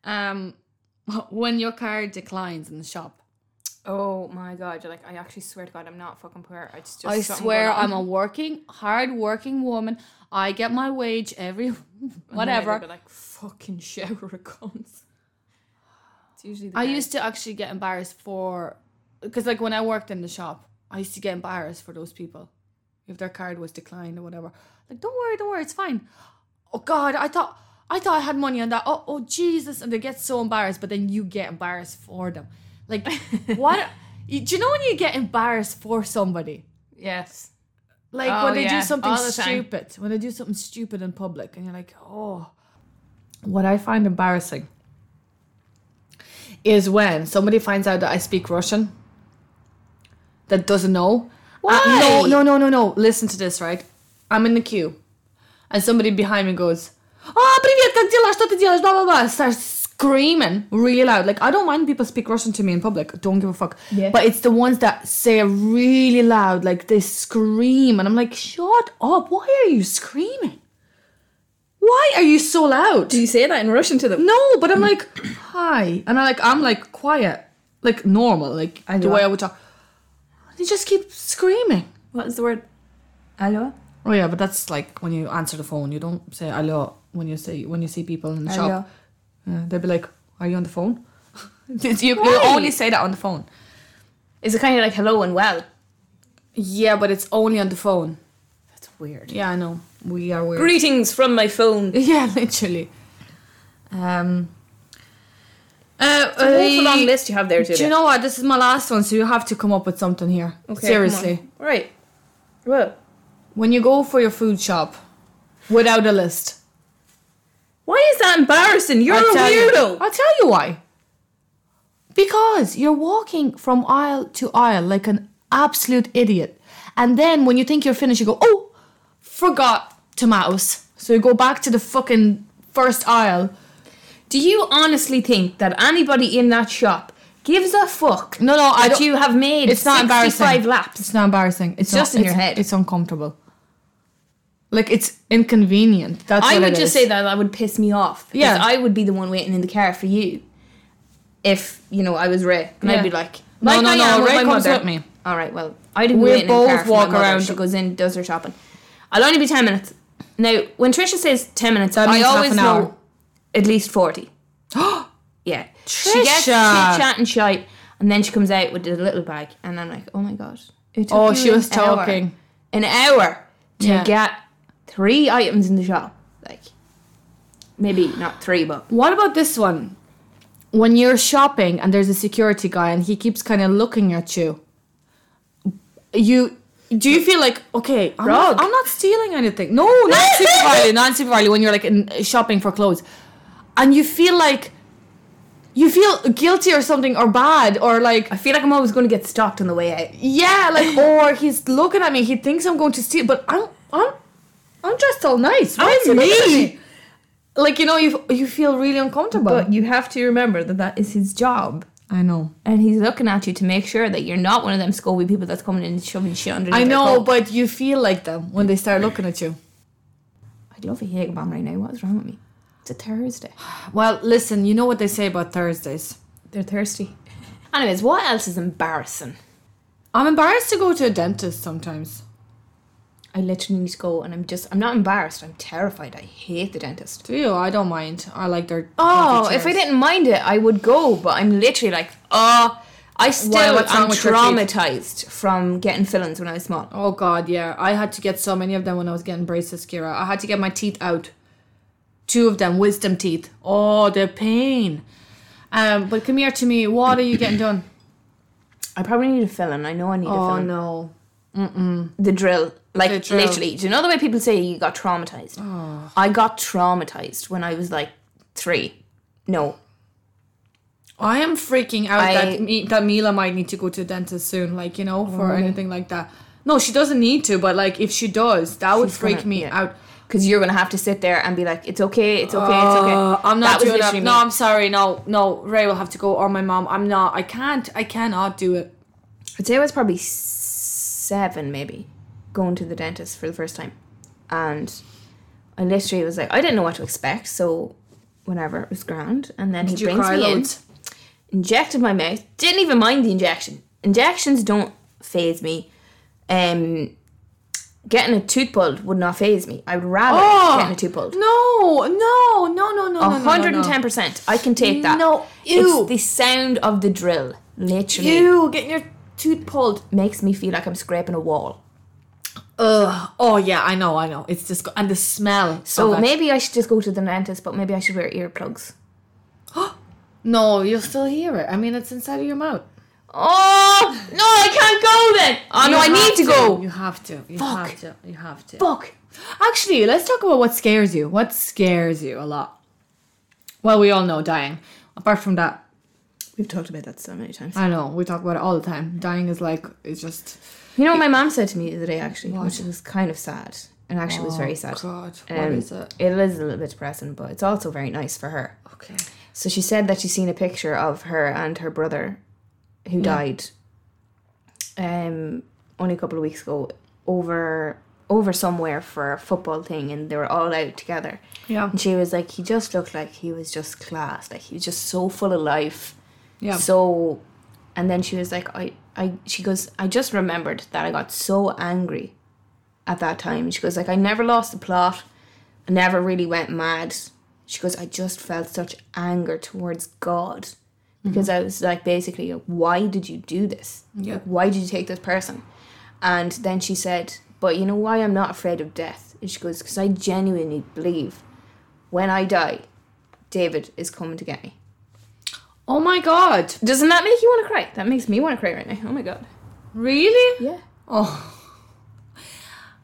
[SPEAKER 1] Um when your card declines in the shop.
[SPEAKER 2] Oh my god! You're like, I actually swear to God, I'm not fucking poor. I just,
[SPEAKER 1] I swear I'm a working, hard working woman. I get my wage every whatever.
[SPEAKER 2] like fucking shower of guns. It's usually. The
[SPEAKER 1] I
[SPEAKER 2] guy.
[SPEAKER 1] used to actually get embarrassed for because like when I worked in the shop, I used to get embarrassed for those people. If their card was declined or whatever. Like, don't worry, don't worry, it's fine. Oh god, I thought I thought I had money on that. Oh oh Jesus. And they get so embarrassed, but then you get embarrassed for them. Like what you- do you know when you get embarrassed for somebody?
[SPEAKER 2] Yes.
[SPEAKER 1] Like
[SPEAKER 2] Oh,
[SPEAKER 1] when they
[SPEAKER 2] yeah,
[SPEAKER 1] do something
[SPEAKER 2] all the time.
[SPEAKER 1] stupid. When they do something stupid in public and you're like, oh. What I find embarrassing is when somebody finds out that I speak Russian that doesn't know. Uh,
[SPEAKER 2] Why?
[SPEAKER 1] no, no, no, no, no. Listen to this, right? I'm in the "Ah, queue. And somebody behind me goes, Oh, привет, как дела? Что ты делаешь? Бла-бла-бла. screaming really loud. Like I don't mind people speak Russian to me in public. Don't give a fuck.
[SPEAKER 2] Yeah.
[SPEAKER 1] But it's the ones that say it really loud, like they scream, and I'm like, shut up! Why are you screaming? Why are you so loud?
[SPEAKER 2] Do you say that in Russian to them?
[SPEAKER 1] No, but I'm like, hi, and I like I'm like quiet, like normal, like
[SPEAKER 2] And
[SPEAKER 1] the
[SPEAKER 2] you
[SPEAKER 1] way
[SPEAKER 2] are-
[SPEAKER 1] I would talk. They just keep screaming.
[SPEAKER 2] What is the word? Hello?
[SPEAKER 1] Oh yeah, but that's like when you answer the phone, you don't say hello when you say when you see people in the
[SPEAKER 2] Hello.
[SPEAKER 1] shop. Yeah, they'll be like, "Are you on the phone?" you, you
[SPEAKER 2] Why?
[SPEAKER 1] only say that on the phone.
[SPEAKER 2] Is it kind of like hello and well?
[SPEAKER 1] Yeah, but it's only on the phone.
[SPEAKER 2] That's weird.
[SPEAKER 1] Yeah, I know. We are weird.
[SPEAKER 2] Greetings from my phone.
[SPEAKER 1] yeah, literally. Um. Uh,
[SPEAKER 2] Awful
[SPEAKER 1] uh,
[SPEAKER 2] long list you have there today.
[SPEAKER 1] do you know what? This is my last one, so you have to come up with something here. Seriously,
[SPEAKER 2] Right. Well,
[SPEAKER 1] when you go for your food shop, without a list,
[SPEAKER 2] why is that embarrassing? You're
[SPEAKER 1] I'll
[SPEAKER 2] a
[SPEAKER 1] tell you-
[SPEAKER 2] weirdo.
[SPEAKER 1] I'll tell you why. Because you're walking from aisle to aisle like an absolute idiot. And then when you think you're finished, you go, oh, forgot tomatoes. So you go back to the fucking first aisle.
[SPEAKER 2] Do you honestly think that anybody in that shop gives a fuck
[SPEAKER 1] No, no, I
[SPEAKER 2] that
[SPEAKER 1] don't.
[SPEAKER 2] you have made
[SPEAKER 1] it's
[SPEAKER 2] 65
[SPEAKER 1] not embarrassing.
[SPEAKER 2] laps?
[SPEAKER 1] It's not embarrassing. It's, not-
[SPEAKER 2] just in your
[SPEAKER 1] it's-
[SPEAKER 2] head.
[SPEAKER 1] It's uncomfortable. Like it's inconvenient. That's
[SPEAKER 2] I
[SPEAKER 1] what
[SPEAKER 2] would
[SPEAKER 1] it
[SPEAKER 2] just
[SPEAKER 1] is.
[SPEAKER 2] say that that would piss me off. because
[SPEAKER 1] Yeah.
[SPEAKER 2] I would be the one waiting in the car for you if, you know, I was Ray. And
[SPEAKER 1] Yeah.
[SPEAKER 2] I'd be like,
[SPEAKER 1] No,
[SPEAKER 2] like
[SPEAKER 1] no,
[SPEAKER 2] I
[SPEAKER 1] no,
[SPEAKER 2] am with
[SPEAKER 1] Ray
[SPEAKER 2] my
[SPEAKER 1] comes
[SPEAKER 2] mother.
[SPEAKER 1] with me.
[SPEAKER 2] All right, well, I didn't
[SPEAKER 1] We
[SPEAKER 2] wait in the car
[SPEAKER 1] both
[SPEAKER 2] for
[SPEAKER 1] walk
[SPEAKER 2] my mother.
[SPEAKER 1] around-
[SPEAKER 2] She goes in, does her shopping. I'll only be 10 minutes. Now, when Trisha says 10 minutes,
[SPEAKER 1] That
[SPEAKER 2] I
[SPEAKER 1] means half
[SPEAKER 2] always
[SPEAKER 1] an
[SPEAKER 2] know
[SPEAKER 1] hour.
[SPEAKER 2] at least 40. yeah. She gets chit
[SPEAKER 1] Trisha.
[SPEAKER 2] chat and shite, and then she comes out with a little bag, and I'm like, oh my god. It took
[SPEAKER 1] Oh,
[SPEAKER 2] you
[SPEAKER 1] she
[SPEAKER 2] an
[SPEAKER 1] was
[SPEAKER 2] hour-
[SPEAKER 1] talking.
[SPEAKER 2] an hour to
[SPEAKER 1] Yeah.
[SPEAKER 2] get three items in the shop. Like, maybe not three, but
[SPEAKER 1] What about this one? When you're shopping and there's a security guy and he keeps kind of looking at you, you do you feel like okay, I'm
[SPEAKER 2] Rug.
[SPEAKER 1] not, I'm not stealing anything. No, not supervised, not supervised. When you're like in, shopping for clothes, and you feel like you feel guilty or something or bad or like
[SPEAKER 2] I feel like I'm always going to get stopped on the way out.
[SPEAKER 1] yeah, like or he's looking at me. He thinks I'm going to steal, but I'm I'm I'm dressed all nice. Why is he
[SPEAKER 2] I'm
[SPEAKER 1] looking at
[SPEAKER 2] me.
[SPEAKER 1] me? Like you know, you you feel really uncomfortable.
[SPEAKER 2] But you have to remember that that is his job.
[SPEAKER 1] I know.
[SPEAKER 2] And he's looking at you to make sure that you're not one of them scoby people that's coming in and shoving shit underneath
[SPEAKER 1] I
[SPEAKER 2] their
[SPEAKER 1] know,
[SPEAKER 2] coat.
[SPEAKER 1] but you feel like them when they start looking at you.
[SPEAKER 2] I'd love a Jager bomb right now. What's wrong with me? It's a Thursday.
[SPEAKER 1] Well, listen, you know what they say about Thursdays.
[SPEAKER 2] They're thirsty. Anyways, what else is embarrassing?
[SPEAKER 1] I'm embarrassed to go to a dentist sometimes.
[SPEAKER 2] I literally need to go and I'm just, I'm not embarrassed. I'm terrified. I hate the dentist.
[SPEAKER 1] Do you? I don't mind. I like their.
[SPEAKER 2] Oh,
[SPEAKER 1] comfy
[SPEAKER 2] if I
[SPEAKER 1] chairs.
[SPEAKER 2] didn't mind it, I would go. But I'm literally like, oh, I still
[SPEAKER 1] what's wrong
[SPEAKER 2] am
[SPEAKER 1] with your teeth?
[SPEAKER 2] traumatized from getting fillings when I was small.
[SPEAKER 1] Oh God, yeah. I had to get so many of them when I was getting braces, Kira. I had to get my teeth out. Two of them, wisdom teeth. Oh, the pain. Um, but come here to me. What are you getting done?
[SPEAKER 2] Oh, I probably need a filling. I know I need a
[SPEAKER 1] Oh
[SPEAKER 2] filling.
[SPEAKER 1] no.
[SPEAKER 2] The drill, like
[SPEAKER 1] The drill. Oh.
[SPEAKER 2] literally. Do you know the way people say you got traumatized? I got traumatized when I was like three. No,
[SPEAKER 1] I am freaking out
[SPEAKER 2] I-
[SPEAKER 1] that me, that Mila might need to go to a dentist soon, like you know, for anything like that. No, she doesn't need to, but like if she does, that would
[SPEAKER 2] She's
[SPEAKER 1] freak
[SPEAKER 2] gonna-
[SPEAKER 1] me
[SPEAKER 2] yeah.
[SPEAKER 1] out.
[SPEAKER 2] because you're gonna have to sit there and be like, it's okay, it's okay, it's
[SPEAKER 1] Uh,
[SPEAKER 2] okay.
[SPEAKER 1] I'm not
[SPEAKER 2] was
[SPEAKER 1] doing that.
[SPEAKER 2] literally
[SPEAKER 1] No,
[SPEAKER 2] me.
[SPEAKER 1] I'm sorry. No, no, Ray will have to go or my mom. I'm not. I can't. I cannot do it.
[SPEAKER 2] I'd say I was probably seven, maybe, going to the dentist for the first time. And I literally was like, I didn't know what to expect, so whatever, it was grand. And then
[SPEAKER 1] Did
[SPEAKER 2] he
[SPEAKER 1] you
[SPEAKER 2] brings
[SPEAKER 1] cry
[SPEAKER 2] me
[SPEAKER 1] loads?
[SPEAKER 2] in, injected my mouth, didn't even mind the injection. Injections don't phase me. Um, getting a tooth pulled would not phase me. I would rather
[SPEAKER 1] Oh,
[SPEAKER 2] getting a tooth pulled.
[SPEAKER 1] No, no, no, no, no, no, no, no,
[SPEAKER 2] hundred
[SPEAKER 1] no.
[SPEAKER 2] and ten percent. I can take that.
[SPEAKER 1] No, ew.
[SPEAKER 2] it's the sound of the drill. Literally
[SPEAKER 1] Ew, getting your tooth pulled.
[SPEAKER 2] makes me feel like I'm scraping a wall.
[SPEAKER 1] Ugh. Oh yeah, I know, I know. It's just and the smell.
[SPEAKER 2] So
[SPEAKER 1] of it.
[SPEAKER 2] Oh, maybe I should just go to the dentist, but maybe I should wear earplugs.
[SPEAKER 1] no, you'll still hear it. I mean, it's inside of your mouth.
[SPEAKER 2] Oh no, I can't go then. Oh no,
[SPEAKER 1] You
[SPEAKER 2] I
[SPEAKER 1] have
[SPEAKER 2] need to go.
[SPEAKER 1] You have to. You
[SPEAKER 2] Fuck.
[SPEAKER 1] have to. You have to.
[SPEAKER 2] Fuck.
[SPEAKER 1] Actually, let's talk about what scares you. What scares you a lot? Well, we all know dying. Apart from that,
[SPEAKER 2] We've talked about that so many times.
[SPEAKER 1] I know we talk about it all the time. Dying is like it's just.
[SPEAKER 2] You know what my mom said to me the other day actually, which was kind of sad, and Oh, actually was very sad.
[SPEAKER 1] God,
[SPEAKER 2] Um, it is a little bit depressing, but it's also very nice for her.
[SPEAKER 1] Okay.
[SPEAKER 2] So she said that she seen a picture of her and her brother, who died, um, only a couple of weeks ago, over over somewhere for a football thing, and they were all out together.
[SPEAKER 1] Yeah.
[SPEAKER 2] And she was like, he just looked like he was just class, like he was just so full of life.
[SPEAKER 1] Yeah.
[SPEAKER 2] So, and then she was like, I, I, she goes, I just remembered that I got so angry at that time. She goes, like, I never lost the plot. I never really went mad. She goes, I just felt such anger towards God
[SPEAKER 1] Mm-hmm.
[SPEAKER 2] because I was like, basically, why did you do this?
[SPEAKER 1] Yeah.
[SPEAKER 2] Like, why did you take this person? And then she said, but you know why I'm not afraid of death? And she goes, because I genuinely believe when I die, David is coming to get me.
[SPEAKER 1] Oh my god.
[SPEAKER 2] Doesn't that make you want to cry? That makes me want to cry right now. Oh my god.
[SPEAKER 1] Really?
[SPEAKER 2] Yeah.
[SPEAKER 1] Oh.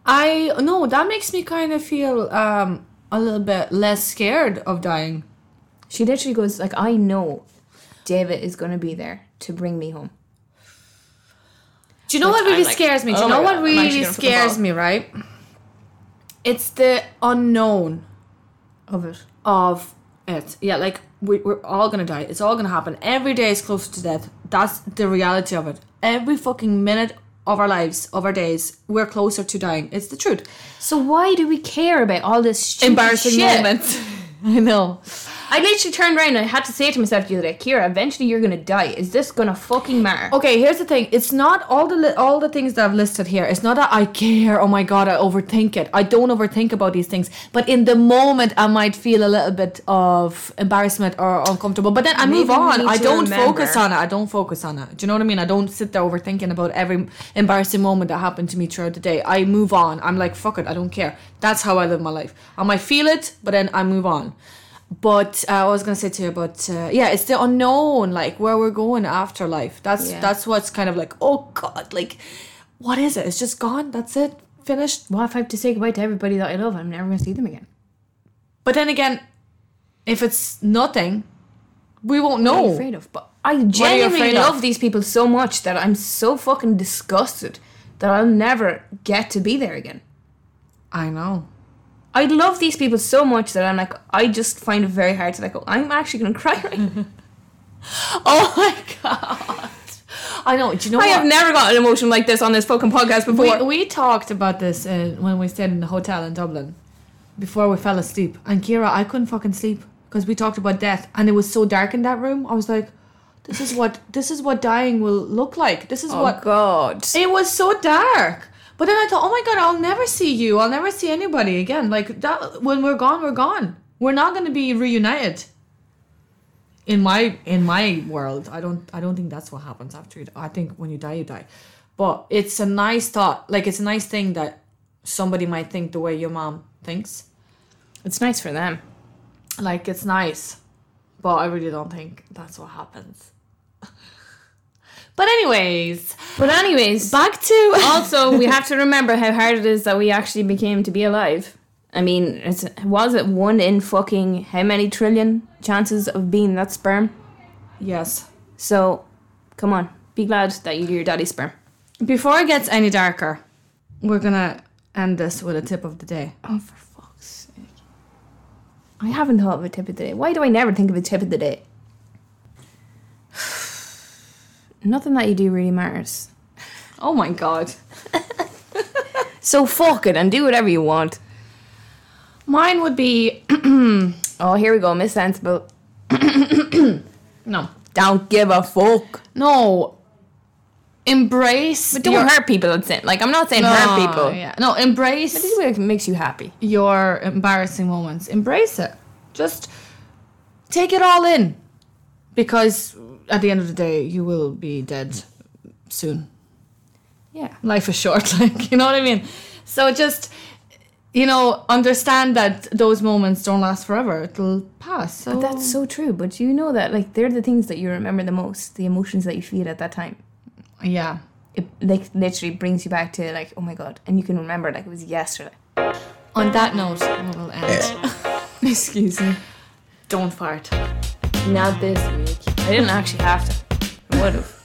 [SPEAKER 1] I no, that makes me kind of feel um a little bit less scared of dying.
[SPEAKER 2] She literally goes like, "I know, David is gonna be there to bring me home."
[SPEAKER 1] Do you know what really
[SPEAKER 2] I'm like,
[SPEAKER 1] scares me? Do
[SPEAKER 2] oh
[SPEAKER 1] you
[SPEAKER 2] my
[SPEAKER 1] know
[SPEAKER 2] God,
[SPEAKER 1] what
[SPEAKER 2] I'm actually
[SPEAKER 1] really
[SPEAKER 2] gonna
[SPEAKER 1] scares
[SPEAKER 2] fall.
[SPEAKER 1] me, right? It's the unknown
[SPEAKER 2] Of it.
[SPEAKER 1] of it. Yeah, like we, we're all gonna die. It's all gonna happen. Every day is close to death. That's the reality of it. Every fucking minute of our lives, of our days, we're closer to dying. It's the truth.
[SPEAKER 2] So why do we care about all this stupid shit?
[SPEAKER 1] I know.
[SPEAKER 2] I literally turned around and I had to say to myself the other day, "Kira, eventually you're gonna die. Is this gonna fucking matter?"
[SPEAKER 1] Okay, here's the thing. It's not all the li- all the things that I've listed here. It's not that I care. Oh my god, I overthink it. I don't overthink about these things. But in the moment, I might feel a little bit of embarrassment or uncomfortable. But then I move
[SPEAKER 2] Maybe we
[SPEAKER 1] on.
[SPEAKER 2] need
[SPEAKER 1] I
[SPEAKER 2] to
[SPEAKER 1] don't
[SPEAKER 2] remember-
[SPEAKER 1] focus on it. I don't focus on it. Do you know what I mean? I don't sit there overthinking about every embarrassing moment that happened to me throughout the day. I move on. I'm like, fuck it. I don't care. That's how I live my life. I might feel it, but then I move on. But uh, I was gonna say to you, but uh, yeah, it's the unknown, like where we're going after life. That's
[SPEAKER 2] Yeah.
[SPEAKER 1] that's what's kind of like, oh god, like what is it? It's just gone. That's it. Finished.
[SPEAKER 2] What if I have to say goodbye to everybody that I love? I'm never gonna see them again.
[SPEAKER 1] But then again, if it's nothing, we won't know.
[SPEAKER 2] I'm afraid of, but I genuinely
[SPEAKER 1] afraid
[SPEAKER 2] love
[SPEAKER 1] of?
[SPEAKER 2] these people so much that I'm so fucking disgusted that I'll never get to be there again.
[SPEAKER 1] I know.
[SPEAKER 2] I love these people so much that I'm like, I just find it very hard to like go. I'm actually gonna cry. Right now.
[SPEAKER 1] Oh my god. I know. Do you know
[SPEAKER 2] I
[SPEAKER 1] what?
[SPEAKER 2] have never got an emotion like this on this fucking podcast before.
[SPEAKER 1] we, we talked about this uh, when we stayed in the hotel in Dublin before we fell asleep. And Kira, I couldn't fucking sleep because we talked about death, and it was so dark in that room. I was like, "This is what this is what dying will look like. This is what."
[SPEAKER 2] Oh, god!
[SPEAKER 1] It was so dark. But then I thought, "Oh my god, I'll never see you. I'll never see anybody again. Like that. When we're gone, we're gone. We're not going to be reunited." In my in my world, I don't I don't think that's what happens after you. die. I think when you die, you die. But it's a nice thought. Like it's a nice thing that somebody might think the way your mom thinks.
[SPEAKER 2] It's nice for them.
[SPEAKER 1] Like it's nice, but I really don't think that's what happens. but anyways,
[SPEAKER 2] But anyways,
[SPEAKER 1] back to
[SPEAKER 2] also we have to remember how hard it is that we actually became to be alive. I mean, it's, was it one in fucking how many trillion chances of being that sperm?
[SPEAKER 1] yes.
[SPEAKER 2] So, come on, be glad that you're your daddy's sperm.
[SPEAKER 1] Before it gets any darker, we're gonna end this with a tip of the day.
[SPEAKER 2] Oh, for fuck's sake. I haven't thought of a tip of the day. Why do I never think of a tip of the day? Nothing that you do really matters.
[SPEAKER 1] Oh my god.
[SPEAKER 2] So fuck it and do whatever you want.
[SPEAKER 1] Mine would be
[SPEAKER 2] Oh, here we go, Miss Sensible.
[SPEAKER 1] no.
[SPEAKER 2] Don't give a fuck.
[SPEAKER 1] No. Embrace
[SPEAKER 2] But don't
[SPEAKER 1] your-
[SPEAKER 2] hurt people. That's it. Like I'm not saying hurt
[SPEAKER 1] No,
[SPEAKER 2] people.
[SPEAKER 1] Yeah. No, embrace
[SPEAKER 2] This is what makes you happy.
[SPEAKER 1] your embarrassing moments. Embrace it. Just take it all in. Because at the end of the day, you will be dead soon.
[SPEAKER 2] Yeah.
[SPEAKER 1] life is short like you know what i mean so just you know understand that those moments don't last forever it'll pass so
[SPEAKER 2] But that's so true. But you know that like they're the things that you remember the most, the emotions that you feel at that time.
[SPEAKER 1] yeah
[SPEAKER 2] It like literally brings you back to like, oh my god, and you can remember like it was yesterday.
[SPEAKER 1] on that note we'll end
[SPEAKER 2] Excuse me.
[SPEAKER 1] don't fart
[SPEAKER 2] Not this week. I didn't actually have to. I would have.